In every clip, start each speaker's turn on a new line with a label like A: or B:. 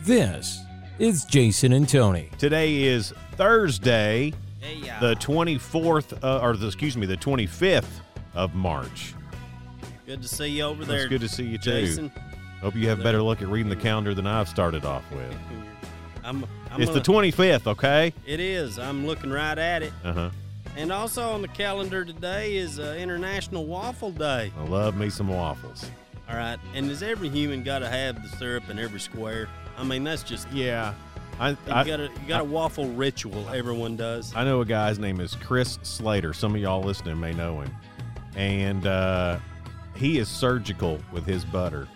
A: This is Jason and Tony.
B: Today is Thursday,
C: Hey, uh,
B: the 24th, uh, or the, excuse me, the 25th of March.
C: good to see you over there.
B: It's good to see you too.
C: Jason.
B: Hope you have better luck at reading the calendar than I've started off with.
C: I'm, I'm
B: It's the
C: gonna-
B: 25th, okay?
C: It is. I'm looking right at it.
B: Uh huh.
C: And also on the calendar today is uh, International Waffle Day.
B: I love me some waffles.
C: All right. And does every human got to have the syrup in every square? I mean, that's just you
B: Yeah. I, I,
C: got a you got a waffle ritual. Everyone does.
B: I know a guy's name is Chris Slater. Some of y'all listening may know him. And uh, he is surgical with his butter.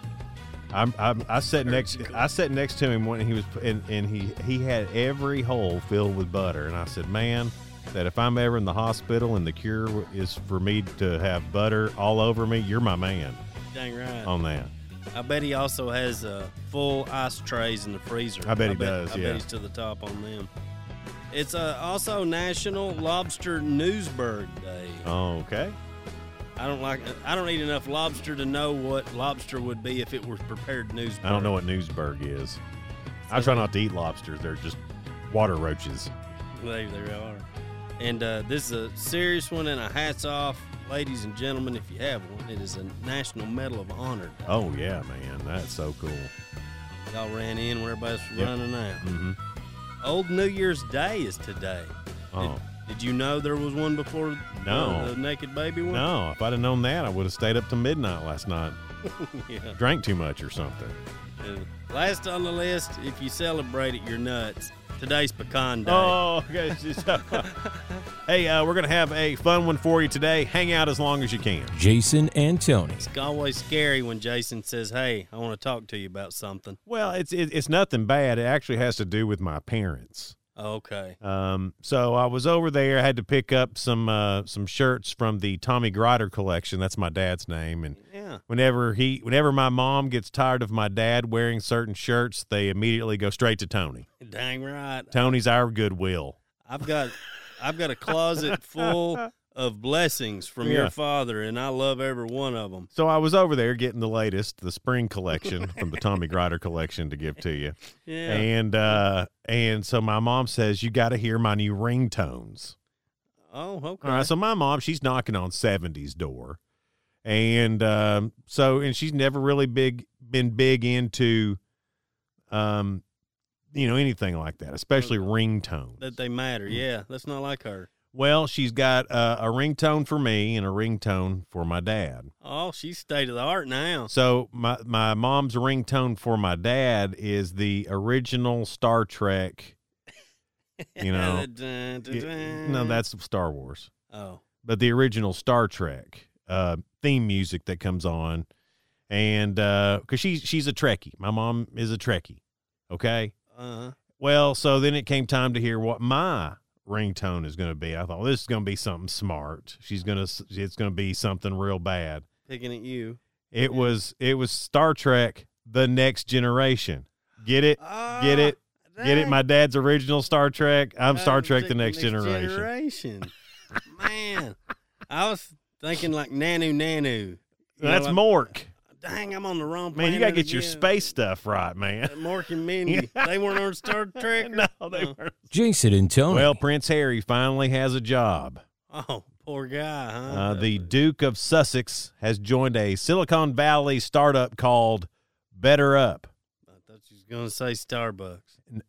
B: I'm, I'm, I sat next
C: Surgical.
B: I sat next to him when he was and, and he he had every hole filled with butter and I said, "Man, that if I'm ever in the hospital and the cure is for me to have butter all over me, you're my man
C: Dang right.
B: on that."
C: I bet he also has uh, full ice trays in the freezer.
B: I bet he does,
C: I
B: yeah.
C: bet he's to the top on them. It's uh, also National Lobster Newsberg Day.
B: Okay.
C: I don't like. I don't eat enough lobster to know what lobster would be if it was prepared newsberg.
B: I don't know what Newsberg is. I try not to eat lobsters. They're just water roaches.
C: They, they are. And uh, this is a serious one, and a hats off, ladies and gentlemen, if you have one. It is a National Medal of Honor.
B: Oh yeah, man, that's so cool.
C: Y'all ran in when everybody was
B: Yep.
C: running out.
B: Mm-hmm.
C: Old New Year's Day is today.
B: Oh
C: Did you know there was one before
B: No.
C: the, the naked baby one?
B: no! If I'd have known that, I would have stayed up to midnight last night,
C: yeah.
B: drank too much or something.
C: And last on the list, if you celebrate it, you're nuts. Today's pecan day.
B: Oh, okay. hey, uh, we're gonna have a fun one for you today. Hang out as long as you can.
A: Jason and Tony.
C: It's always scary when Jason says, "Hey, I want to talk to you about something."
B: Well, it's it, it's nothing bad. It actually has to do with my parents.
C: Okay.
B: Um, so I was over there, had to pick up some uh, some shirts from the Tommy Grider collection. That's my dad's name, and
C: Yeah.
B: whenever he whenever my mom gets tired of my dad wearing certain shirts, they immediately go straight to Tony.
C: Dang right.
B: Tony's our goodwill.
C: I've got I've got a closet full of blessings from
B: Yeah.
C: your father and I love every one of them.
B: So I was over there getting the latest, the spring collection from the Tommy Grider collection to give to you.
C: Yeah.
B: And uh and so my mom says you got to hear my new ringtones.
C: oh, okay.
B: All right, so my mom, she's knocking on 70's door. And um so and she's never really big been big into um you know anything like that, especially ringtones.
C: that they matter. Yeah, that's not like her.
B: Well, she's got uh, a ringtone for me and a ringtone for my dad.
C: Oh, she's state of the art now.
B: So my my mom's ringtone for my dad is the original Star Trek. You know,
C: Dun, dun,
B: it-
C: dun.
B: no, that's Star Wars,
C: Oh.
B: but the original Star Trek uh, theme music that comes on, and because she's she's a Trekkie, my mom is a Trekkie. Okay,
C: Uh-huh.
B: well, so then it came time to hear what my ringtone is going to be. I thought this is going to be something smart. She's gonna s- it's going to be something real bad.
C: Picking at you.
B: It was it was Star Trek: The Next Generation. Get it?
C: Ah,
B: Get it? Get it?
C: Oh, dang.
B: My dad's original Star Trek. I'm Star
C: Oh,
B: Trek:
C: Trek
B: The Next Generation.
C: Generation. Man, I was thinking like Nanu Nanu. You know,
B: That's
C: like,
B: Mork.
C: Dang, I'm on the wrong
B: Man,
C: planet.
B: you gotta get your
C: again.
B: space stuff right, man.
C: That Mork and Mindy. They weren't on Star Trek. Oh.
B: no, they
C: No.
B: weren't.
A: Jason and Tony.
B: Well, Prince Harry finally has a job.
C: Oh, poor guy, huh?
B: Uh, the Duke of Sussex has joined a Silicon Valley startup called Better Up.
C: I thought you was gonna say Starbucks.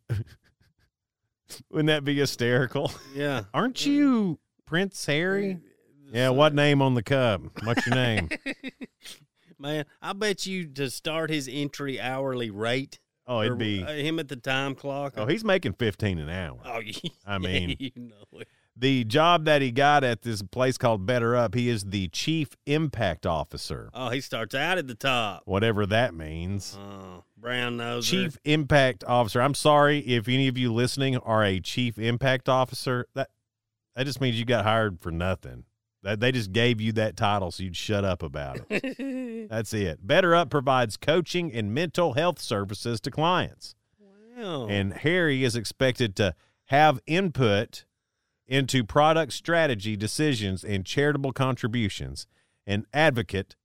B: Wouldn't that be hysterical?
C: Yeah.
B: Aren't you Prince Harry?
C: uh,
B: Yeah, what name on the cup? What's your name?
C: Man, I bet you to start his entry hourly rate.
B: Oh,
C: or,
B: it'd be.
C: uh, him at the time clock.
B: Oh, he's making fifteen an hour.
C: Oh, yeah,
B: I mean-
C: you know it.
B: The job that he got at this place called Better Up, he is the chief impact officer,
C: Oh, he starts out at the top.
B: whatever that means.
C: Oh, brown nose.
B: Chief impact officer. I'm sorry if any of you listening are a chief impact officer. That that just means you got hired for nothing. That they just gave you that title so you'd shut up about it.
C: wow.
B: That's it. Better Up provides coaching and mental health services to clients.
C: Oh.
B: and Harry is expected to have input into product strategy decisions and charitable contributions and uh,
C: Uh-huh. Mm-hmm.
B: advocate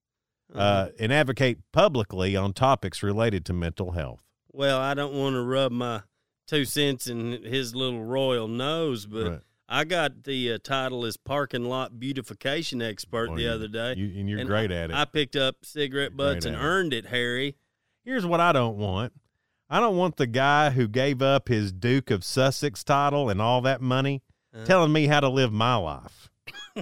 B: uh, and advocate publicly on topics related to mental health.
C: well, I don't want to rub my two cents in his little royal nose, but
B: Right.
C: I got the uh, title as parking lot beautification expert
B: Well,
C: the
B: Oh, you-
C: other day.
B: You, and you're
C: and
B: great at it.
C: I picked up cigarette
B: You're
C: butts
B: great
C: and
B: at it.
C: earned it, Harry.
B: Here's what I don't want. I don't want the guy who gave up his Duke of Sussex title and all that money
C: Uh.
B: telling me how to live my life.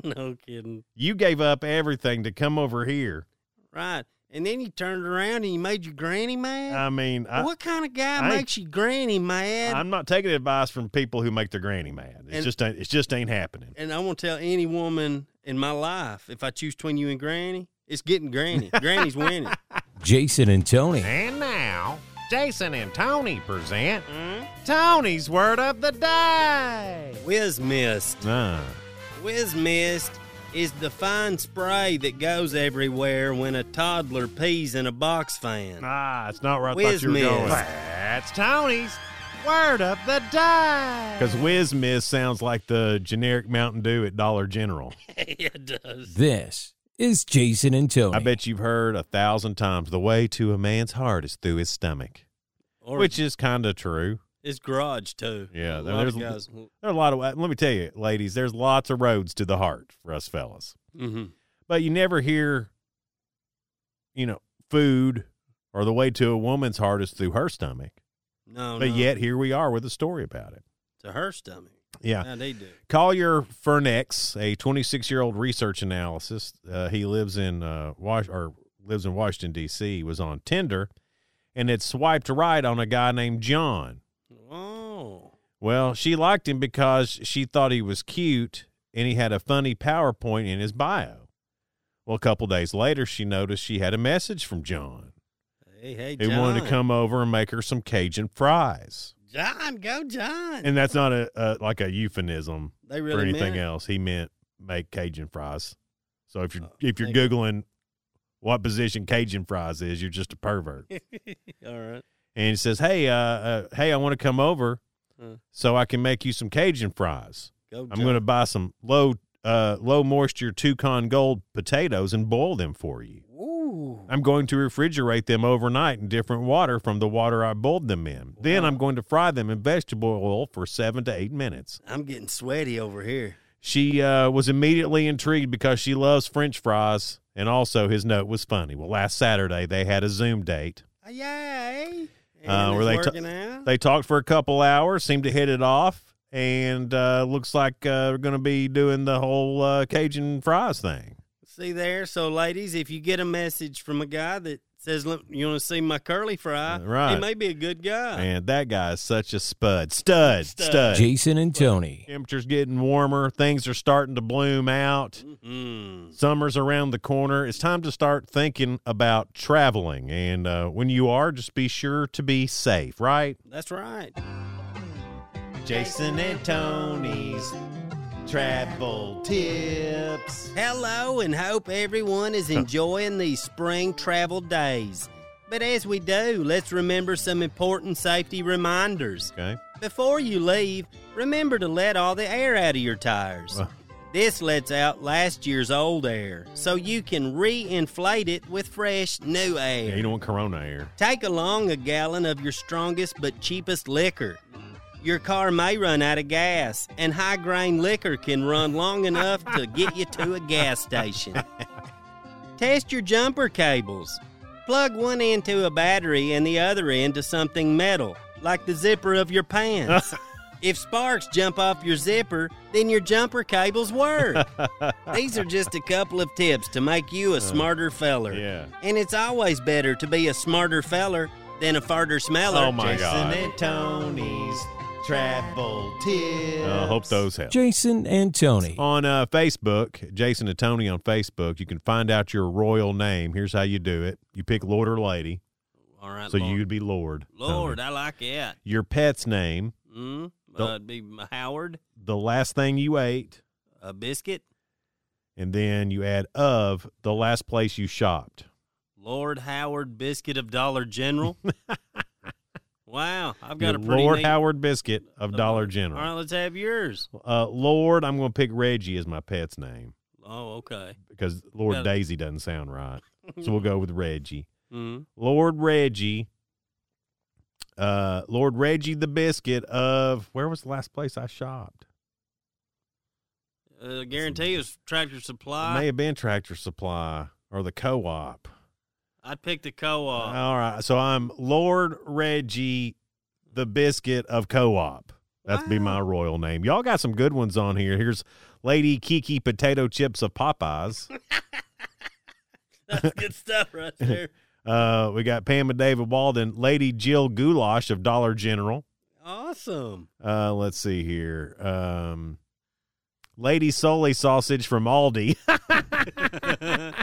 C: no kidding.
B: You gave up everything to come over here.
C: Right. And then you turned around and you made your granny mad.
B: I mean, Um, I,
C: what kind of guy
B: I ain't-
C: makes your granny mad?
B: I'm not taking advice from people who make their granny mad. It
C: And-
B: just ain't, it just ain't happening.
C: and I won't tell any woman in my life if I choose between you and Granny, it's getting Granny. Granny's winning.
A: Jason and Tony.
B: And now, Jason and Tony present Tony's word of the day.
C: Whiz mist.
B: Uh,
C: Whiz mist is the fine spray that goes everywhere when a toddler pees in a box fan.
B: ah, it's not where I
C: Whiz
B: thought you were
C: Miz.
B: going. That's Tony's word of the day. Because Whiz Miz sounds like the generic Mountain Dew at Dollar General.
C: it does.
A: This is Jason and Tony.
B: I bet you've heard a thousand times the way to a man's heart is through his stomach,
C: Or
B: which is kind of true.
C: it's garage too.
B: Yeah,
C: a
B: there-
C: lot of
B: there's-
C: guys.
B: There are a lot of, let me tell you, ladies, there's lots of roads to the heart for us fellas.
C: hmm
B: but you never hear, you know, food or the way to a woman's heart is through her stomach.
C: Oh, No,
B: but
C: no.
B: yet here we are with a story about it.
C: to her stomach.
B: Yeah.
C: Now they do.
B: Collier Fernex, a 26 year old research analysis, uh, he lives in uh, Wash or lives in Washington D.C. was on Tinder, and had swiped right on a guy named John.
C: Oh,
B: Well, she liked him because she thought he was cute and he had a funny PowerPoint in his bio. Well, a couple days later, she noticed she had a message from John.
C: hey, hey,
B: He
C: John.
B: wanted to come over and make her some Cajun fries.
C: John, go, John.
B: And that's not a, a like a euphemism
C: they
B: for
C: really
B: anything
C: meant it.
B: else. He meant make Cajun fries. So if you're
C: Oh,
B: if you're
C: thank you.
B: googling what position Cajun fries is, you're just a pervert.
C: All right.
B: and he says, "Hey, uh, uh hey, I want to come over
C: Huh.
B: so I can make you some Cajun fries.
C: Go,
B: I'm going to buy some low uh low moisture toucan gold potatoes and boil them for you."
C: Ooh.
B: I'm going to refrigerate them overnight in different water from the water I boiled them in. Then I'm going to fry them in vegetable oil for seven to eight minutes.
C: I'm getting sweaty over here.
B: She uh, was immediately intrigued because she loves French fries, and also his note was funny. Well, last Saturday they had a Zoom date.
C: Uh, Yay.
B: Uh, were they t-
C: eh? working out?
B: They talked for a couple hours, seemed to hit it off, and uh, looks like uh, we're going to be doing the whole uh, Cajun fries thing.
C: see there. So, ladies, if you get a message from a guy that says, "Look, you want to see my curly fry?"
B: Uh, right.
C: He may be a good guy.
B: And that guy is such a spud, stud,
C: Stud.
B: stud.
A: Jason and Tony.
B: Temperature's getting warmer. Things are starting to bloom out.
C: Mm.
B: Summer's around the corner. It's time to start thinking about traveling. And uh, when you are, just be sure to be safe, right?
C: That's right.
B: Jason and Tony's travel tips.
C: Hello, and hope everyone is enjoying these spring travel days. But as we do, let's remember some important safety reminders.
B: Okay.
C: Before you leave, remember to let all the air out of your tires.
B: Well-
C: This lets out last year's old air, so you can reinflate it with fresh new
B: Yeah,
C: air.
B: you don't want corona air.
C: Take along a gallon of your strongest but cheapest liquor. Your car may run out of gas, and high grain liquor can run long enough to get you to a gas station. Test your jumper cables. Plug one end to a battery and the other end to something metal, like the zipper of your pants. if sparks jump off your zipper, then your jumper cables work. These are just a couple of tips to make you a smarter feller.
B: yeah.
C: And it's always better to be a smarter feller than a farter smeller.
B: Oh, my God.
D: and Tony's travel tips.
B: I hope those help.
A: Jason and Tony.
B: on uh, Facebook, Jason and Tony on Facebook, you can find out your royal name. Here's how you do it you pick Lord or Lady.
C: All right,
B: So
C: Lord.
B: you'd be Lord. Tony.
C: Lord, I like it.
B: Your pet's name,
C: Mm, uh,
B: Don't-
C: it'd be Howard,
B: the last thing you ate,
C: a biscuit,
B: and then you add of the last place you shopped.
C: Lord Howard biscuit of Dollar General. wow, I've got
B: Your
C: a pretty
B: Lord
C: neat- Uh,
B: Howard biscuit of Dollar
C: All right,
B: General.
C: let's have yours.
B: Uh, Lord, I'm going to pick Reggie as my pet's name
C: Oh, okay.
B: because Lord
C: Got it.
B: Daisy doesn't
C: Hmm?
B: sound right. So we'll go with Reggie.
C: Mm,
B: Lord Reggie Uh, Lord Reggie the Biscuit of where was the last place I shopped?
C: Uh, guarantee it was Tractor
B: It may
C: Supply.
B: have been Tractor Supply or the Co-op.
C: I picked the co-op.
B: All right, so I'm Lord Reggie the Biscuit of Co-op. That's be my royal name. Y'all got some good ones on here. Here's Lady Kiki Potato Chips of Popeyes.
C: That's good stuff right there.
B: Uh, we got Pam and David Walden, Lady Jill Goulash of Dollar General.
C: Awesome.
B: Uh, let's see here. Um, Lady Sully sausage from Aldi.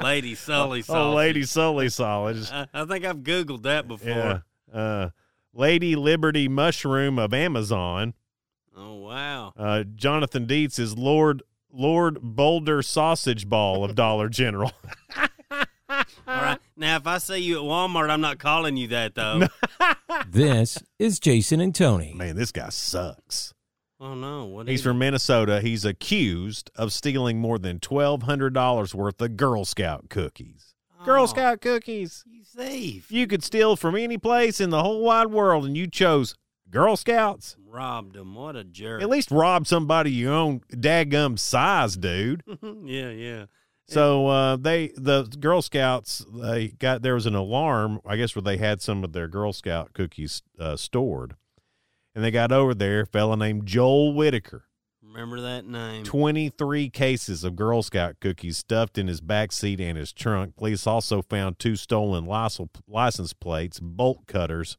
B: Oh,
C: Lady Sully sausage.
B: Oh, Lady Sully sausage.
C: I, I think I've Googled that before.
B: Yeah. Uh, Lady Liberty mushroom of Amazon.
C: Oh, wow.
B: Uh, Jonathan Dietz is Lord Lord Boulder sausage ball of Dollar General.
C: All right. Now, if I see you at Walmart, I'm not calling you that, though.
A: This is Jason and Tony.
B: Man, this guy sucks.
C: Oh, no. What
B: He's
C: is
B: from Minnesota. He's accused of stealing more than twelve hundred dollars worth of Girl Scout cookies.
C: it? Oh,
B: Girl Scout cookies.
C: You thief.
B: You could steal from any place in the whole wide world, and you chose Girl Scouts.
C: Robbed him. What a jerk.
B: At least rob somebody your own daggum size, dude.
C: yeah, yeah.
B: So uh, they, the Girl Scouts, they got there was an alarm, I guess, where they had some of their Girl Scout cookies uh, stored, and they got over there. A fella named Joel Whitaker,
C: Remember that name.
B: twenty three cases of Girl Scout cookies stuffed in his back seat and his trunk. Police also found two stolen license license plates, bolt cutters,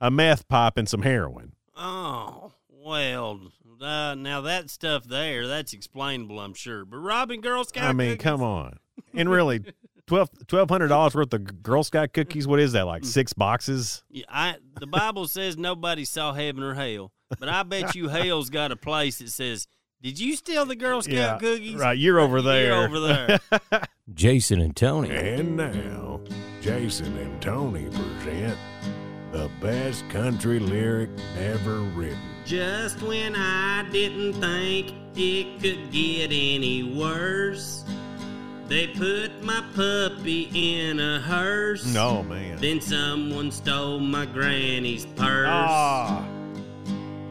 B: a meth pipe, and some heroin.
C: Oh, well, uh, now that stuff there, that's explainable, I'm sure. But robbing Girl Scout
B: I mean,
C: cookies?
B: come on. And really, twelve twelve hundred dollars worth of Girl Scout cookies. What is that? Like six boxes?
C: Yeah, I, the Bible says nobody saw heaven or hell, but I bet you hell's got a place that says, "Did you steal the Girl Scout cookies?"
B: Right, you're over there.
C: You're over there.
A: Jason and Tony.
E: And now, Jason and Tony present the best country lyric ever written.
C: Just when I didn't think it could get any worse, they put my puppy in a hearse.
B: No man.
C: Then someone stole my granny's purse,
B: Ah.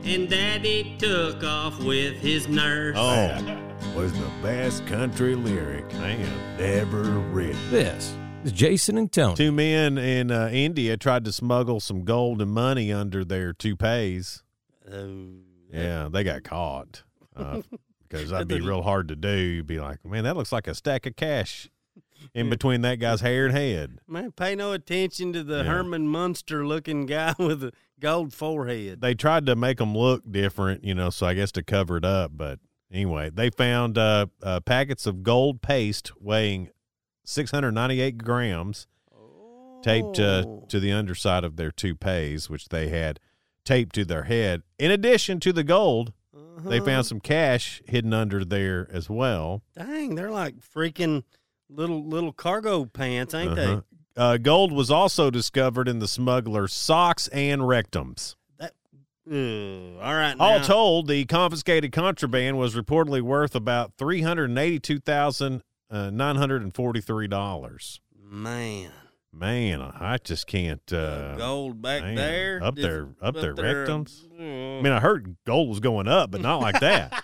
C: and Daddy took off with his nurse.
B: Oh
E: Was the best country lyric
B: man.
E: ever written.
A: This is Jason and Tony.
B: Two men in uh, India tried to smuggle some gold and money under their toupees. Oh. Yeah, they got caught. Uh, because that'd be real hard to do. You'd be like, man, that looks like a stack of cash in between that guy's hair and head.
C: Man, pay no attention to
B: Yeah.
C: the Herman Munster looking guy with a gold forehead.
B: they tried to make them look different, you know, so I guess to cover it up. But anyway, they found uh, uh, packets of gold paste weighing 698 grams taped uh,
C: Oh.
B: to the underside of their toupees, which they had taped to their head. In addition to the gold, they
C: Uh-huh.
B: found some cash hidden under there as well.
C: Dang, they're like freaking little little cargo pants, ain't
B: Uh-huh. Uh, gold was also discovered in the smuggler's socks and rectums.
C: they? Ugh, all right,
B: All
C: now,
B: told, the confiscated contraband was reportedly worth about three hundred and eighty-two thousand uh, nine hundred and forty-three dollars.
C: man,
B: Man, I just can't. Uh,
C: gold back
B: man,
C: there,
B: up
C: just uh,
B: their- up their rectums? I
C: Ugh.
B: mean, I heard gold was going up, but not like that.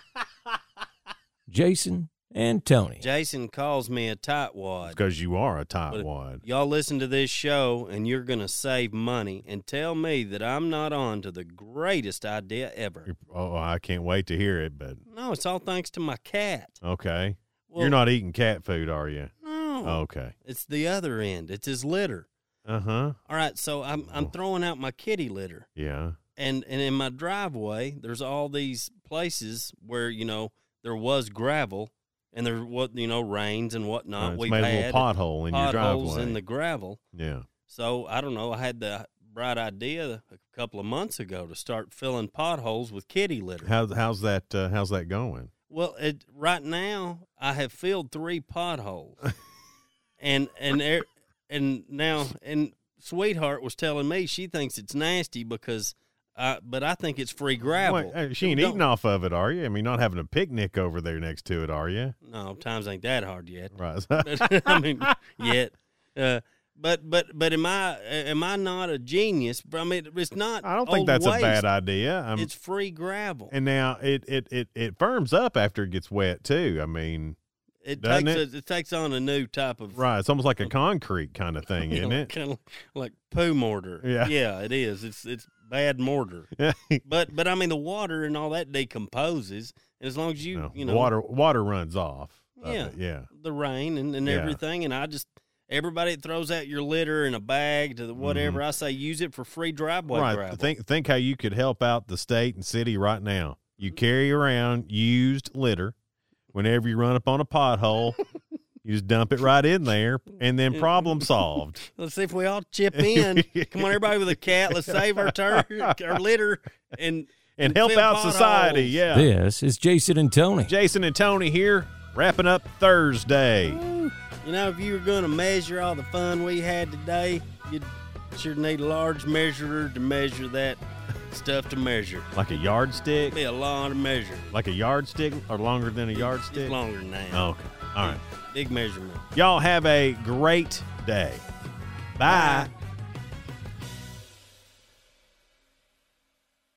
A: Jason and Tony.
C: Jason calls me a tightwad.
B: Because you are a
C: But-
B: tightwad.
C: Y'all listen to this show, and you're gonna save money and tell me that I'm not on to the greatest idea ever.
B: Oh, I can't wait to hear it. But
C: No, it's all thanks to my cat.
B: okay,
C: Well,
B: you're not Oh. eating cat food, are you?
C: No.
B: Okay.
C: It's the other end. It's his litter.
B: Uh huh.
C: All right, so I'm I'm throwing out my kitty litter,
B: Yeah.
C: and and in my driveway, there's all these places where you know there was gravel, and there what you know rains and
B: Uh,
C: whatnot.
B: it's
C: We've
B: made a
C: had
B: little pothole in your
C: potholes
B: driveway.
C: in the gravel.
B: yeah.
C: So I don't know. I had the bright idea a couple of months ago to start filling potholes with kitty litter.
B: How, how's that? Uh, how's that going?
C: Well, it, right now I have filled three potholes, and and er, and now and sweetheart was telling me she thinks it's nasty because, uh, but I think it's free gravel.
B: Wait, uh, she ain't
C: Don't-
B: eating off of it, are you? I mean, not having a picnic over there next to it, are you?
C: No, times ain't that hard yet.
B: Right.
C: I mean, yet. Uh, But but but am I am I not a genius? I mean, it's not.
B: I don't think
C: old
B: that's
C: Oh, waste.
B: a bad idea. i
C: It's free gravel.
B: and now it, it it it firms up after it gets wet too. I mean,
C: it
B: doesn't
C: takes A, it takes on a new type of
B: right? It's almost
C: Oh.
B: like a concrete kind of thing, isn't it?
C: Kind of like poo mortar.
B: Yeah.
C: yeah, it is. It's it's bad mortar.
B: Yeah.
C: But but I mean, the water and all that decomposes, and as long as you
B: No,
C: you know
B: water water runs off. of
C: Yeah.
B: it, yeah.
C: the rain and, and
B: Yeah.
C: everything, and I just everybody that throws out your litter in a bag to the whatever I say, use it for free driveway
B: Mm-hmm. right.
C: gravel.
B: Think think how you could help out the state and city right now. You carry around used litter. Whenever you run up on a pothole, you just dump it right in there, and then problem solved.
C: Let's see if we all chip in. Come on, everybody with a cat. Let's save our turn, our litter, and
B: and help
C: Fill
B: out society.
C: potholes.
B: Yeah.
A: This is Jason and Tony.
B: Jason and Tony here, wrapping up Thursday.
C: You know, if you were going to measure all the fun we had today, you'd sure need a large measurer to measure that stuff to measure.
B: Like a yardstick,
C: Be a lot of measure.
B: like a yardstick, or longer than a
C: It's
B: yardstick.
C: longer than that.
B: Oh, okay. All right.
C: Big measurement.
B: Y'all have a great day. Bye.